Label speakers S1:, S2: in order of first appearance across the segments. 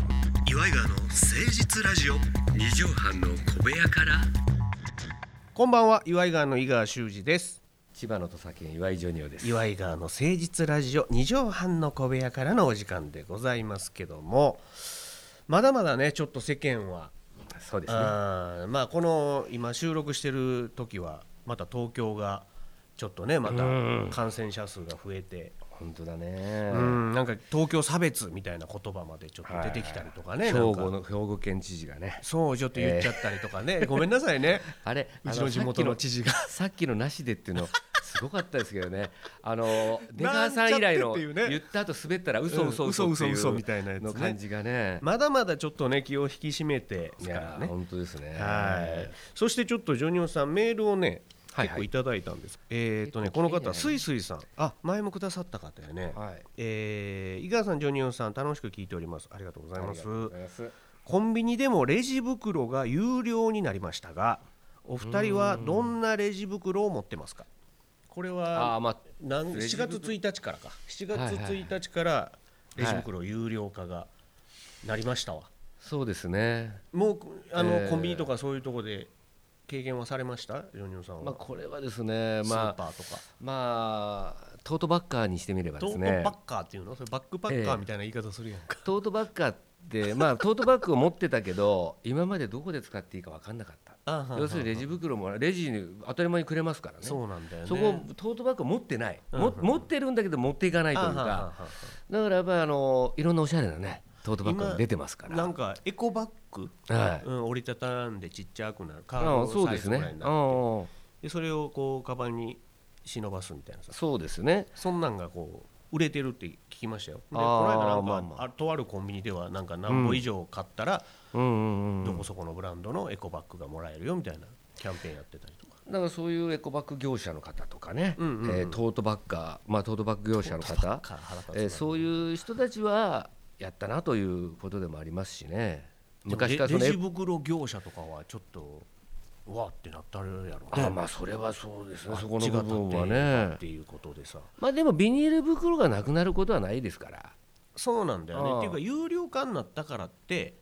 S1: イガーの誠実ラジオ
S2: 二畳半の小部屋から
S1: こんばんは岩井川の井川修司です
S2: 千葉の土佐県岩井ジョニオです
S1: 岩井川の誠実ラジオ2畳半の小部屋からのお時間でございますけどもまだまだねちょっと世間は、
S2: そうですね
S1: あーまあこの今収録してる時はまた東京がちょっとねまた
S2: うん
S1: 感染者数が増えて、
S2: 本当だね
S1: うんなんか東京差別みたいな言葉までちょっと出てきたりとかね、
S2: 兵
S1: なん
S2: 庫
S1: か
S2: の兵庫県知事がね
S1: そうちょっと言っちゃったりとか ね、ごめんなさいね
S2: あれ
S1: うちの地元の知事が
S2: あのさっきのさっきのなしでっていうのすごかったですけどね あの出
S1: な
S2: 川
S1: んちゃ
S2: さ
S1: って
S2: ん以来の
S1: っていうね
S2: 言った後滑ったら嘘
S1: うん
S2: 嘘嘘っ
S1: 嘘
S2: てい
S1: 嘘嘘みたいなや
S2: う
S1: つね
S2: の感じがね
S1: まだまだちょっとね気を引き締めて
S2: い
S1: から
S2: や
S1: ね
S2: 本当ですね
S1: はい、そしてちょっとジョニオさんメールをね
S2: は
S1: 結
S2: いはい
S1: 構いただいたんです、えっ、とね
S2: 結
S1: こ
S2: 構
S1: の
S2: 来てんじゃ
S1: 方ス
S2: ない
S1: イスイさんあ前もくださった方やね、
S2: はい
S1: えー井川さんジョニオさん楽しく聞いておりますありがとうござい
S2: あ
S1: ま
S2: りが
S1: す
S2: とうございます
S1: コンビニでもレジ袋が有料になりましたがお二人はどんなレジ袋を持ってますかこれ
S2: あ
S1: は
S2: ーまあ
S1: なん
S2: レ
S1: 7
S2: ジ
S1: 月
S2: 袋
S1: 1日からか7
S2: はい
S1: 月
S2: はいはい
S1: 1日からレジ袋有料化がなりましたわ、
S2: そうですね
S1: もうあの、
S2: えー
S1: コンビニとかそういうとこで経験はされましたジョニオさんは、
S2: まあこれはですね
S1: スー
S2: ま
S1: パ
S2: あ
S1: ーとか、
S2: まあトートバッカーにしてみればで
S1: ト
S2: す
S1: ー
S2: ね
S1: トバッカーっていうのそれバックパッカーみたいな言い方するやんか、
S2: トートバッグーって、まあ、トートバッグを持ってたけど今までどこで使っていいか分かんなかった
S1: あはんはん
S2: 要するにレジ袋もレジに当たり前にくれますからね
S1: そうなんだよね
S2: そこトートバッグ持ってない、
S1: うん
S2: も持ってるんだけど持っていかないという
S1: あはんはんは
S2: かだからやっぱりあのいろんなおしゃれなねトートバッグも出てますか
S1: んはんな
S2: ら
S1: んかエコバッグ、
S2: はい
S1: うん、折りたたんでちっちゃくなるカー
S2: あ
S1: ド
S2: あそう
S1: サ
S2: で
S1: イズ
S2: す
S1: ぐら
S2: ね
S1: いになる
S2: ああ
S1: でそれをこうカバンに忍ばすみたいなさ
S2: そうですね
S1: そんなんがこう売れてるって聞きましたよでこ
S2: あー
S1: の間なんか
S2: まあまあ
S1: あとあるコンビニではなんか何本以上買ったら、
S2: うんうんう
S1: ど
S2: ん
S1: こそこのブランドのエコバッグがもらえるよみたいなキャンペーンやってたりとか。
S2: だからそういうエコバッグ業者の方とかね、
S1: うんうんうん
S2: えートートバッガー、まあ、トートバッグ業者の方
S1: か腹立つな
S2: えーそういう人たちはやったなということでもありますしね昔から
S1: で
S2: そ
S1: も
S2: の
S1: レ
S2: エ
S1: レジ袋業者とかはちょっとうわーってなったるやろうね
S2: あまあそれはそうですねそこ
S1: 血
S2: の
S1: が立
S2: 部
S1: って
S2: 分は
S1: っ
S2: ね
S1: ていうことでさ
S2: まあでもビニール袋がなくなることはないですから
S1: そうなんだよ
S2: あ
S1: ね
S2: あ
S1: っていうか有料化になったからって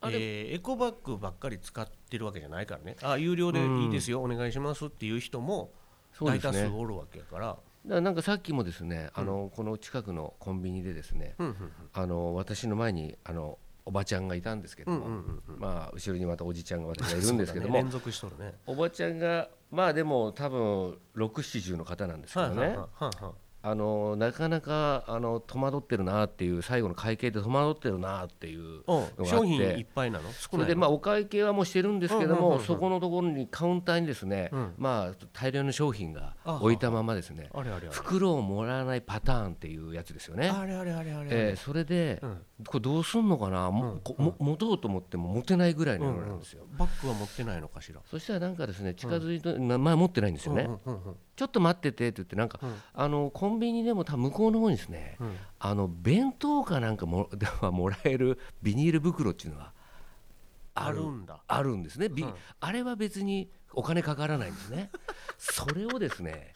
S2: あれ
S1: えーエコバッグばっかり使ってるわけじゃないからねあ有料でいいですよ、お願いしますっていう人も
S2: そう
S1: 大
S2: です
S1: 多
S2: ね
S1: 数おるわけやから
S2: だからなんかさっきもですねあのこの近くのコンビニでですね
S1: うんうん
S2: あの私の前にあのおばちゃんがいたんですけど
S1: うんうんうん
S2: もまあ後ろにまたおじちゃんが私がいるんですけど
S1: そうだね連
S2: も
S1: 続しとるね
S2: おばちゃんがまあでも多分670の方なんですけど
S1: はいはいはい
S2: ね
S1: はいはい
S2: あのなかなかあの戸惑ってるなっていう最後の会計で戸惑ってるなっていうのがあっ
S1: う
S2: て
S1: ん商品いっぱいなの
S2: そ
S1: 少な
S2: れ
S1: い
S2: で
S1: の
S2: まあお会計はもうしてるんですけど
S1: うんうんうん
S2: も
S1: うん
S2: そこのところにカウンターにですね
S1: うん
S2: まあ大量の商品が置いたままですね
S1: あれあれあれ
S2: 袋をもらわないパターンっていうやつですよね。
S1: あれあれあれあれあれ、
S2: えーそれで
S1: うん
S2: これどうすんのかなもこも持とうと思っても持てないぐらいの
S1: う
S2: よ
S1: ん
S2: う
S1: う
S2: なん
S1: ん
S2: ですよ。
S1: バッグは持ってないのかしら
S2: そしたらなんかですね近づいて、ま前持ってないんですよね、
S1: うんうんうん
S2: ちょっと待っててって言ってなんか、
S1: うん
S2: あのコンビニでも多分向こうの方にですね、
S1: うん
S2: あの弁当かなんかも ではもらえるビニール袋っていうのは
S1: あるんだ
S2: あるんですね、び
S1: うん
S2: あれは別にお金かからないんです ねそれをですね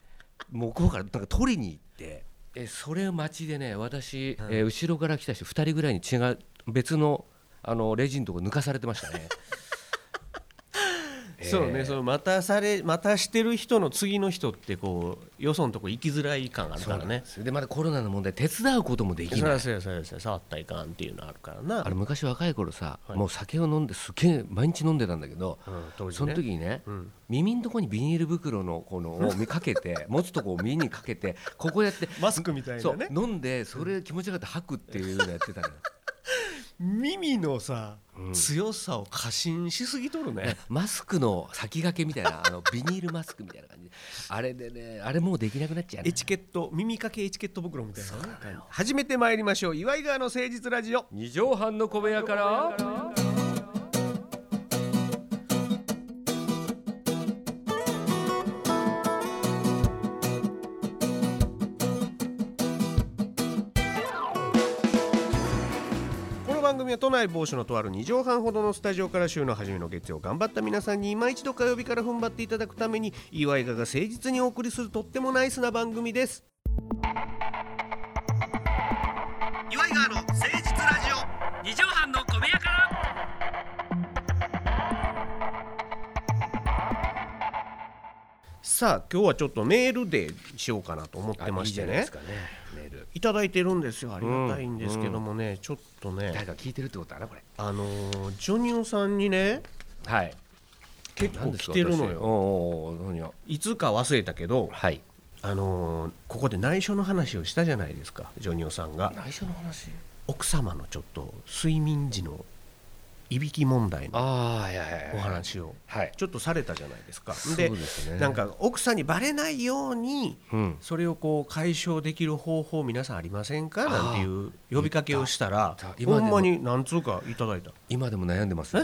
S2: 向こうからなんか取りに行ってえそれを街でね私、え後ろから来た人2人ぐらいに違う別のあのレジのとこ抜かされてましたねえー
S1: そうね、その待たされ待たしてる人の次の人ってこうよそのとこ行きづらい感ある
S2: そ
S1: か
S2: うな
S1: ら
S2: んで
S1: ね
S2: すよでまたコロナの問題手伝うこともで
S1: そ
S2: き
S1: り
S2: ない
S1: ゃそうやそうやそうや触ったらいかんっていうのあるからな
S2: あれ昔若い頃さ、
S1: はい
S2: もう酒を飲んですげえ毎日飲んでたんだけど、
S1: うん当時ね
S2: その時にね、
S1: うん
S2: 耳のとこにビニール袋のこのを見かけ て持つとこを耳にかけてここやって
S1: マスクみたい
S2: そ
S1: なね
S2: う飲んでそれ気持ちよかった吐くっていうのやってた のよ
S1: 耳のさ、
S2: うん
S1: 強さを過信しすぎとる ね
S2: マスクの先駆けみたいなあのビニールマスクみたいな感じであれでねあれもうできなくなっちゃ
S1: エ
S2: うね
S1: チケット耳かけエチケット袋みたいなね初めて参りましょう岩井川の誠実ラジオ
S2: 二畳半の小部屋から
S1: この番組は都内某所のとある2畳半ほどのスタジオから週の初めの月曜頑張った皆さんに今一度火曜日から踏ん張っていただくために岩井川が誠実にお送りするとってもナイスな番組です岩井川の誠実ラジオ
S2: 二畳半の小部屋か
S1: さあ今日はちょっとメールでしようかなと思ってまして
S2: あいいじゃないで
S1: ね
S2: すかねメール
S1: いただいてるんですよありがたいんですけどもね、ちょっと
S2: 誰
S1: ね
S2: か聞いてるってことだなこれ
S1: あのージョニオさんにね
S2: はい
S1: 結
S2: 何
S1: 構
S2: です
S1: 来
S2: か
S1: てるの
S2: 私お
S1: よ
S2: うおうおう何を
S1: いつか忘れたけど
S2: はい
S1: あのーここで内緒の話をしたじゃないですかジョニオさんが
S2: 内緒の話
S1: 奥様のちょっと睡眠時のいびき問題の
S2: ああいやいやいや
S1: お話を
S2: はい
S1: ちょっとされたじゃないですか
S2: そう
S1: で
S2: ですね
S1: なんか奥さんにバレないように
S2: うん
S1: それをこう解消できる方法皆さんありませんかなんていう呼びかけをしたら
S2: 言った今
S1: ほ
S2: でも
S1: んまに何通かいただいた
S2: 今でも悩んでます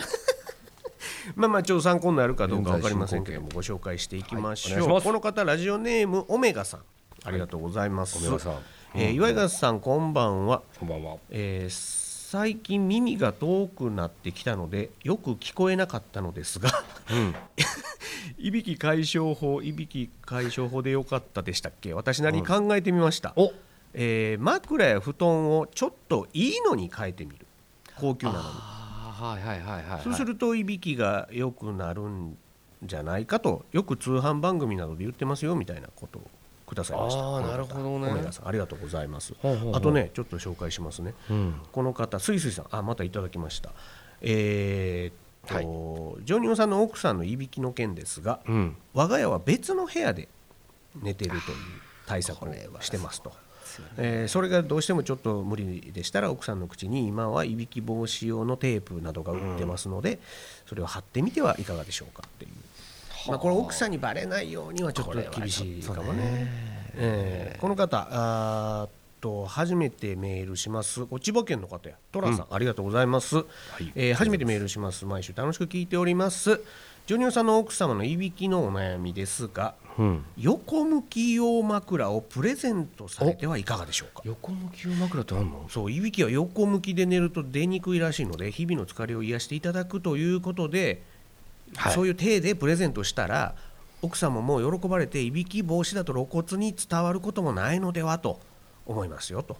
S1: まあまあちょっと参考になるかどうか分かりませんけどもご紹介していきましょう、
S2: はいお願いします
S1: この方ラジオネームオメガさんありがとうございます、
S2: おめさん
S1: えー岩井川さんこんばんは、
S2: こんばんは
S1: えー最近耳が遠くなってきたのでよく聞こえなかったのですが
S2: うん
S1: いびき解消法いびき解消法でよかったでしたっけ私なりに考えてみました、
S2: お
S1: えー枕や布団をちょっといいのに変えてみる高級なのに
S2: あーはいはいはいはいはい
S1: そうするといびきが良くなるんじゃないかとよく通販番組などで言ってますよみたいなことをくださいました
S2: あ
S1: この
S2: ー
S1: 方
S2: なるほどね
S1: お願いさんありがとうございます
S2: ほうほうほう
S1: あとねちょっと紹介しますね
S2: うん
S1: この方すいすいさんあまたいただきましたえーっと、ジョニオさんの奥さんのいびきの件ですが
S2: うん
S1: 我が家は別の部屋で寝てるという対策をしてますと。えーそれがどうしてもちょっと無理でしたら奥さんの口に今はいびき防止用のテープなどが売ってますので、それを貼ってみてはいかがでしょうかっていう、まあ、これ奥さんにバレないようにはちょっと厳しいかもねえーこの方あーっと初めてメールしますこれ千葉県の方やトラさん、ありがとうございます、
S2: い
S1: えー初めてメールします毎週楽しく聞いておりますジョニオさんの奥様のいびきのお悩みですが
S2: うん
S1: 横向き用枕をプレゼントされてはいかがでしょうか
S2: 横向き用枕ってあんの
S1: そういびきは横向きで寝ると出にくいらしいので日々の疲れを癒していただくということで、
S2: はい
S1: そういう体でプレゼントしたら奥様も喜ばれていびき防止だと露骨に伝わることもないのではと思いますよと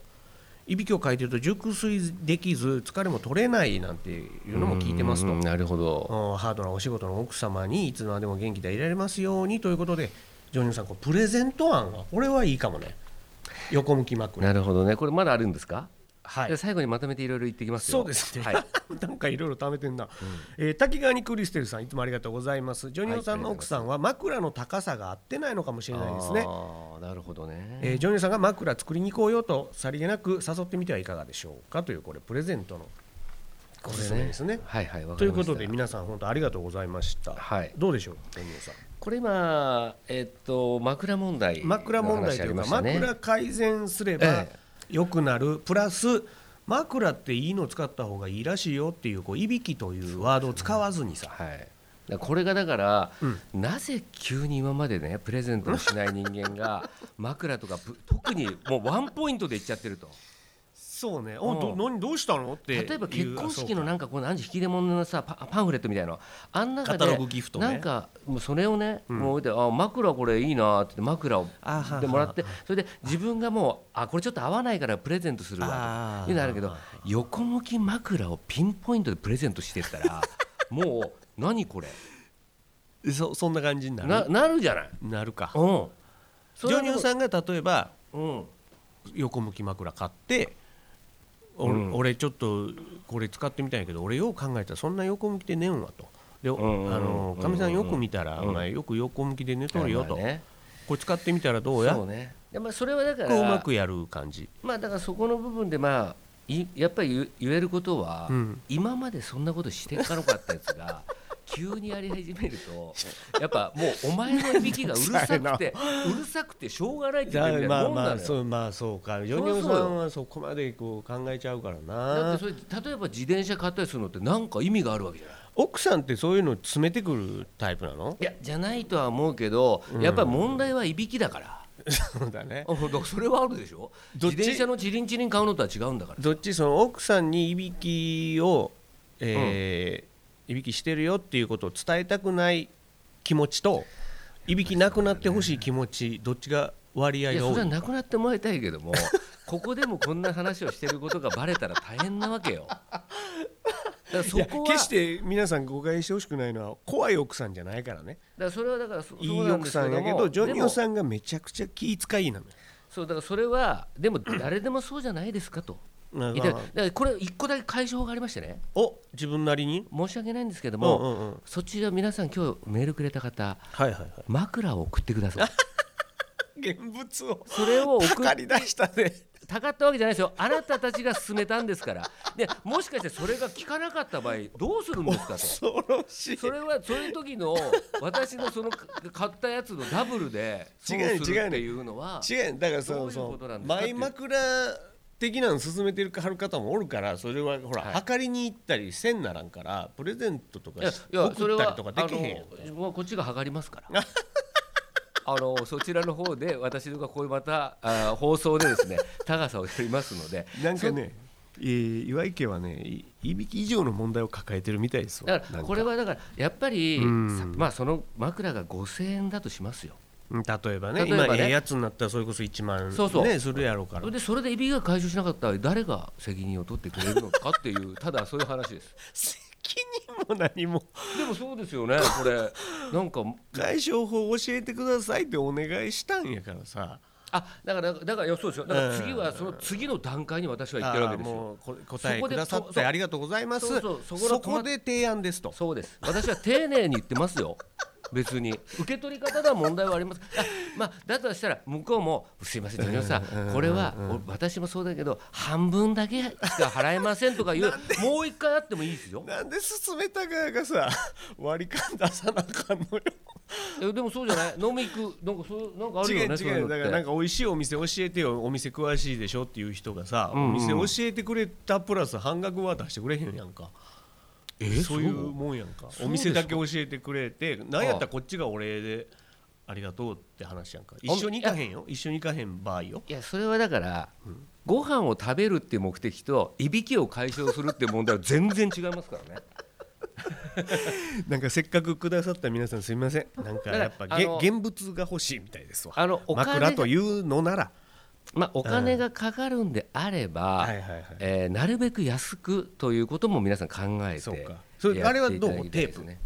S1: いびきをかいてると熟睡できず疲れも取れないなんていうのも聞いてますと
S2: うんなるほど
S1: うんハードなお仕事の奥様にいつまでも元気でいられますようにということでジョニオさんこれプレゼント案はこれはいいかもね横向き枕
S2: なるほどねこれまだあるんですか
S1: はい
S2: じゃあ最後にまとめていろいろ言ってきますよ
S1: そうですね、
S2: はい
S1: なんかいろいろ貯めてんな、えー滝川にクリステルさんいつもありがとうございますジョニオさんの奥さんは枕の高さが合ってないのかもしれないですね、
S2: あーなるほどね
S1: えージョニオさんが枕作りに行こうよとさりげなく誘ってみてはいかがでしょうかというこれプレゼントのおすすめですね
S2: はいはいわ
S1: と
S2: か
S1: いう
S2: り
S1: こ
S2: ました
S1: とで皆さん本当ありがとうございました、
S2: はい
S1: どうでしょうジョニオさん
S2: これ今えっと枕問題の
S1: 枕問題というか、
S2: 話ありましたね
S1: 枕改善すれば
S2: ええ
S1: 良くなるプラス枕っていいの使った方がいいらしいよっていうこういびきというワードを使わずにさ、
S2: はいだからこれがだから、
S1: うん
S2: なぜ急に今までねプレゼントをしない人間 が枕とかぶ特にもうワンポイントでいっちゃってると
S1: そうね
S2: う
S1: お
S2: ん
S1: ど何どうしたのって
S2: 例えば結婚式の
S1: な
S2: なんかこう何時引き出物のさパパンフレットみたいなのあん中で
S1: カタログギフトね
S2: なんかもうそれをね、
S1: うん
S2: もうであ枕これいいなって言って枕を
S1: あはは
S2: でもらってそれで自分がもうあこれちょっと合わないからプレゼントするわ
S1: あ
S2: というのあるけど横向き枕をピンポイントでプレゼントしてった らもう何これ
S1: そそんな感じになる
S2: な
S1: な
S2: なるじゃない。
S1: るか
S2: うん、
S1: ジョニオさんが例えば
S2: ん、うん、
S1: 横向き枕買ってお
S2: うん
S1: 俺ちょっとこれ使ってみたいんやけど俺よう考えたらそんな横向きで寝んわと。でお
S2: うんうんうん
S1: あのかみさんよく見たら、
S2: うん
S1: お前よく横向きで寝とるよと、
S2: まあね、
S1: これ使ってみたらどうや
S2: そうねでまあそれはだか
S1: こう
S2: ら
S1: うまくやる感じ、
S2: まあだからそこの部分でまあいやっぱり言う言えることは、
S1: うん
S2: 今までそんなことしてかなかったやつ が急にやり始めるとやっぱもうお前のいびきがうるさく てうるさくてしょうがないって言ってるみたいなもんなのよ。
S1: うまあそうかジ
S2: ョニオさん
S1: はそこまでこう考えちゃうから
S2: だってそれ例えば自転車買ったりするのってなんか意味があるわけじゃない
S1: 奥さんってそういうの詰めてくるタイプなの
S2: いやじゃないとは思うけど、やっぱり問題はいびきだから
S1: そうだね
S2: あだからそれはあるでしょ
S1: どっ
S2: 自
S1: ち
S2: 転車のチリンチリン買うのとは違うんだから
S1: どっちその奥さんにいびきを、えーいびきしてるよっていうことを伝えたくない気持ちといびきなくなってほしい気持ちどっちが割合
S2: いや
S1: が
S2: それ
S1: 多
S2: はいなくなってもらいたいけども ここでもこんな話をしてることがバレたら大変なわけよ。からそ
S1: いや
S2: こは
S1: 決して皆さん誤解してほしくないのは怖い奥さんじゃないからね
S2: だからそれはだからそ
S1: い
S2: そう
S1: い
S2: なん
S1: 奥
S2: です
S1: さんやけどジョニ
S2: で
S1: オ
S2: も
S1: さんがめちゃくちゃ気遣いなのよ
S2: そうだからそれはでも誰でもそうじゃないですかと。
S1: まあ
S2: い
S1: ま
S2: やだ
S1: あ
S2: からこれ一個だけ解消法がありましてね
S1: お自分なりに
S2: 申し訳ないんですけど
S1: う
S2: も、
S1: んうんうん
S2: そちら皆さん今日メールくれた方
S1: はいはいはい
S2: 枕を送ってくだ さい
S1: 現物を
S2: それを送
S1: か
S2: っ
S1: かり出したね
S2: たかったわけじゃないですよあなたたちが勧めたんですからでもしかしてそれが効かなかった場合どうするんですかと
S1: 恐ろしい
S2: それはその時の私のそのか買ったやつのダブルでそう
S1: 違うね
S2: するっていうのは
S1: 違うだからそ
S2: どう
S1: の
S2: いう
S1: そ
S2: ことな
S1: の
S2: んですかって
S1: マ
S2: い
S1: イ
S2: う
S1: 枕的なの勧めてるはる方もおるからそれはほら、
S2: はい
S1: 測りに行ったりせんならんからプレゼントと
S2: い
S1: か
S2: や
S1: し
S2: いやそれ
S1: 送ったり
S2: は
S1: とかできへんやん
S2: あのもうこっちが測りますから あのそちらの方で私がこうまたあ放送でですね高さをやりますので
S1: なんかね、えー岩井家はねいいびき以上の問題を抱えてるみたいですわ
S2: だからこれはだからやっぱり
S1: うん
S2: さまあその枕が5000円だとしますよ
S1: うん例えばね
S2: 例えばね
S1: 今ええやつになったらそれこそ1万
S2: そうそう
S1: ねするやろうから
S2: でそれでいびきが解消しなかったら誰が責任を取ってくれるのかっていう ただそういう話です
S1: 責任も何も
S2: でもそうですよねこれなんか
S1: 解消法教えてくださいってお願いしたんやからさ
S2: あだからだからいやそうですよだから
S1: うん
S2: 次はその次の段階に私は行ってるわけです
S1: あー
S2: よ
S1: もうこ答えくださ
S2: そ
S1: っ
S2: こで
S1: て
S2: と
S1: ありがとうございます
S2: そうそうそこの
S1: こで提案ですと
S2: そうです。私は丁寧に言ってますよ。別に受け取り方が問題はあります。あまあだとしたら向こうもすいませんジョニオさんこれはお私もそうだけど半分だけしか払えませんとかいうもう一回あってもいいですよ。
S1: なんで進めた側がさ 割り勘出さなあかんのよ
S2: えでもそうじゃない飲み行くなんかそうなんかある
S1: 違
S2: よ
S1: う
S2: ねそうい
S1: 違
S2: う
S1: うだから
S2: の
S1: な
S2: っ
S1: ん
S2: て。
S1: か美味しいお店教えてよお店詳しいでしょっていう人がさ、
S2: んうん
S1: お店教えてくれたプラス半額は出してくれへんやんかそういうもんやんか
S2: そう
S1: お店だけ教えてくれてなんやった
S2: あ
S1: らこっちがお礼でありがとうって話やんか一緒に行かへんよ一緒に行かへん場合よ
S2: いやそれはだからご飯を食べるっていう目的といびきを解消するっていう問題は全然違いま すからね。
S1: なんかせっかくくださった皆さんすみませんなんかやっぱ
S2: だから
S1: げ
S2: あの
S1: 現物が欲しいみたいですわ
S2: あのお金が
S1: 枕というのなら
S2: まあお金がかかるんであれば。
S1: はいはいはい
S2: えーなるべく安くということも皆さん考えて
S1: そうかそれあれはどう
S2: やっていただきたいですね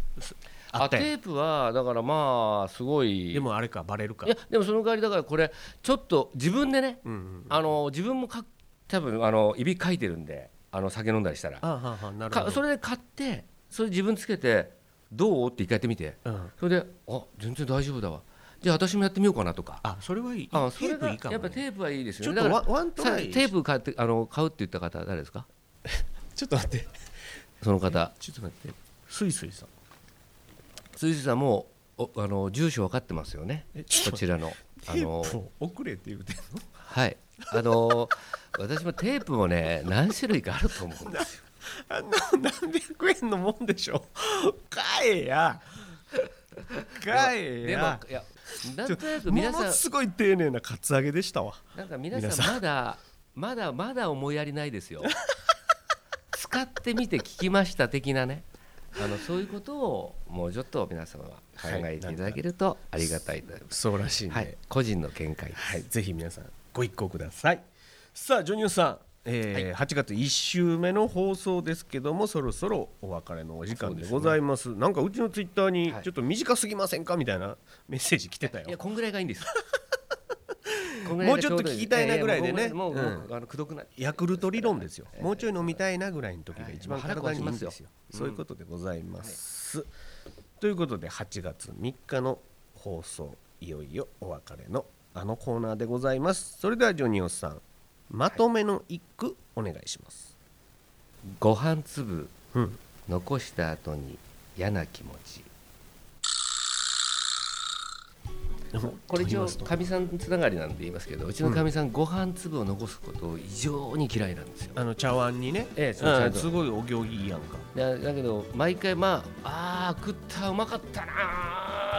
S2: あ
S1: った
S2: テ
S1: やん
S2: ープはだからまあすごい
S1: でもあれかバレるか
S2: いやでもその代わりだからこれちょっと自分でね、
S1: うんうん
S2: あの自分もか多分あのいびきかいてるんであの酒飲んだりしたら
S1: あはあはあなるほ
S2: か
S1: ど
S2: それで買ってそれ自分つけてどうって一回やってみて
S1: うん
S2: それであ全然大丈夫だわじゃあ私もやってみようかなとか
S1: あそれはいい
S2: あ
S1: テ
S2: それ
S1: ープ
S2: が
S1: いいかも
S2: やっ
S1: ね
S2: ぱテープはいいです
S1: ち
S2: よ
S1: ょっ
S2: ね
S1: とワ
S2: だ
S1: ンワント
S2: から
S1: ラ
S2: さ
S1: イ
S2: テープ買ってあの買うって言った方は誰ですか
S1: ちょっと待って
S2: その方
S1: ちょっと待ってスイスイさん
S2: 辻さんもおあの住所分かってますよね
S1: えちょっと
S2: こちらの
S1: テ
S2: あ
S1: ー
S2: の
S1: プを送れって言うてんの
S2: はいあの私もテープもね何種類かあると思うんですよ
S1: あんな何百円のもんでしょ買えや買え
S2: でも
S1: や
S2: いやな
S1: ちょ
S2: んとなく
S1: も
S2: 皆さ
S1: の
S2: ん
S1: すごい丁寧なカツアゲでしたわ
S2: なんか皆
S1: 皆
S2: さんまだまだまだ思いやりないで すよ使ってみて聞きました的なねあのそういうことをもうちょっと皆様は考えていただけるとありがたいと思います、
S1: そうらしいんで、
S2: はい、個人の見解です、
S1: はい、ぜひ皆さんご一行くださいさあジョニオさん、えー8月1週目の放送ですけどもそろそろお別れのお時間でございますなんかうちのツイッターに
S2: はい
S1: ちょっと短すぎませんかみたいな メッセージ来てたよ
S2: いやこんぐらいがいいんです こんぐらい
S1: もう
S2: が
S1: ちょっと
S2: どいい
S1: 聞きたいなぐらいでね
S2: ややもうもう
S1: う
S2: も
S1: ん
S2: うあのくどくない
S1: ヤクルト理論ですよ、 もうちょい飲みたいなぐらいの時が一番
S2: はい
S1: 体にいいんですよ,、
S2: 腹壊しますよ
S1: そういうことでございます、ということで8月3日の放送いよいよお別れのあのコーナーでございますそれではジョニオさんまとめの一句お願いします、
S2: ご飯粒
S1: うん
S2: 残した後に嫌な気持ちこれ一応かみさんつながりなんで言いますけどうちのかみさん、ご飯粒を残すことを異常に嫌いなんですよ
S1: あの茶碗にね、
S2: ええそう茶碗
S1: うんすごいお行儀いいやんか
S2: だだけど毎回まああー食ったうまかったな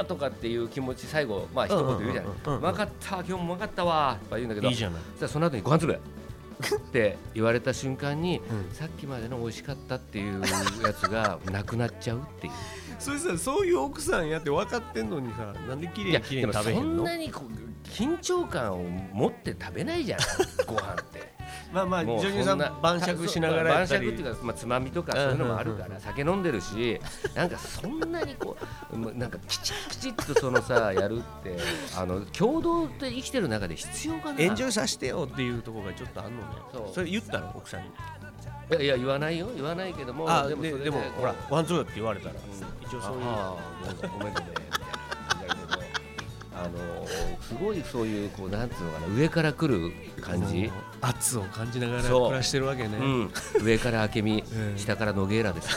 S2: ーとかっていう気持ち最後まあ一言言うじゃない
S1: うんうんうんうんうん
S2: うまかった今日もうまかったわーとか言うんだけど
S1: いいじゃない、
S2: そしたらその後にご飯粒って言われた瞬間に
S1: うん、
S2: さっきまでの美味しかったっていうやつが なくなっちゃうっていう
S1: それさそういう奥さんやって分かってんのにさなんで綺麗
S2: いや
S1: に綺麗に
S2: でも
S1: 食べへ
S2: そ
S1: ん
S2: ん
S1: の
S2: なにこう緊張感を持って食べないじゃんご飯って
S1: まあまあ
S2: もう
S1: ジョニーさ
S2: そ
S1: ん
S2: な
S1: 晩酌しながら
S2: そう
S1: や
S2: 晩
S1: った
S2: 酌
S1: り
S2: っていうか、まあ、つまみとかそういうのもあるから酒飲んでるしなんかそんなにこうもう なんかきちっきちっとそのさやるってあの共同で生きてる中で必要かな
S1: エンジョイさせてよっていうところがちょっとあんのね
S2: そう
S1: それ言ったの奥さんに
S2: いやいや言わないよ言わないけども
S1: あで
S2: それ
S1: もでも
S2: こう
S1: ほらワンツーだって言われたら
S2: ん
S1: 一応そういう
S2: ああごめんごめんごめんみたいな感じだけどあのすごいそういうこうなんつうのかな上から来る感
S1: も
S2: じ
S1: う圧を感じながら
S2: そう
S1: 暮らしてるわけね、
S2: うん上から明美
S1: うん
S2: 下から野ゲー ラです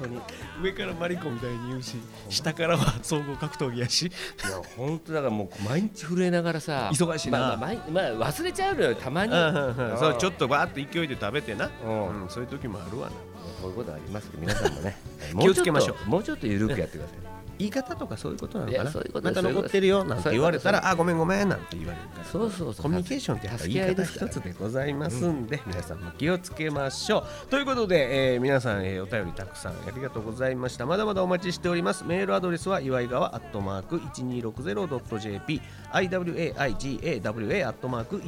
S2: 本当に
S1: 上からマリコみたいに言うし下からは総合格闘技やし
S2: いや本当だからもう毎日震えながらさ
S1: 忙しいな
S2: まあまあ、毎まあ忘れちゃうのよたまに、ん
S1: そうちょっとバーって勢いで食べてな、
S2: うん
S1: うん、そういう時もあるわな
S2: こういうことありますけど皆さんもね
S1: 気をつけましょう
S2: もうちっともうちょっと緩くやってください
S1: 言い方とかそういうことなの
S2: い
S1: か
S2: や
S1: な
S2: そういうこと
S1: また
S2: そういう
S1: 残
S2: こと
S1: ってるよなんて言われた
S2: そ
S1: らあごめんごめんなんて言われるから
S2: そうそうそう
S1: コミュニケーションってやっぱ
S2: 助
S1: 言い
S2: け合い
S1: 方
S2: ですか
S1: 一
S2: ら
S1: つでございますんで、皆さんも気をつけましょうということで、えー皆さん、えーお便りたくさんありがとうございましたまだまだお待ちしておりますメールアドレスは岩井川アットマーク 1260.jp iwaigawa アットマーク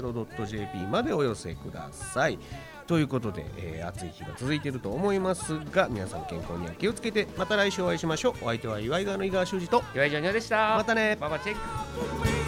S1: 1260.jp までお寄せくださいということで、えー暑い日が続いていると思いますが皆さん健康には気をつけてまた来週お会いしましょうお相手は岩井川の井川修司と
S2: 岩井ジョニオでした
S1: またね
S2: ママチェック
S3: Wait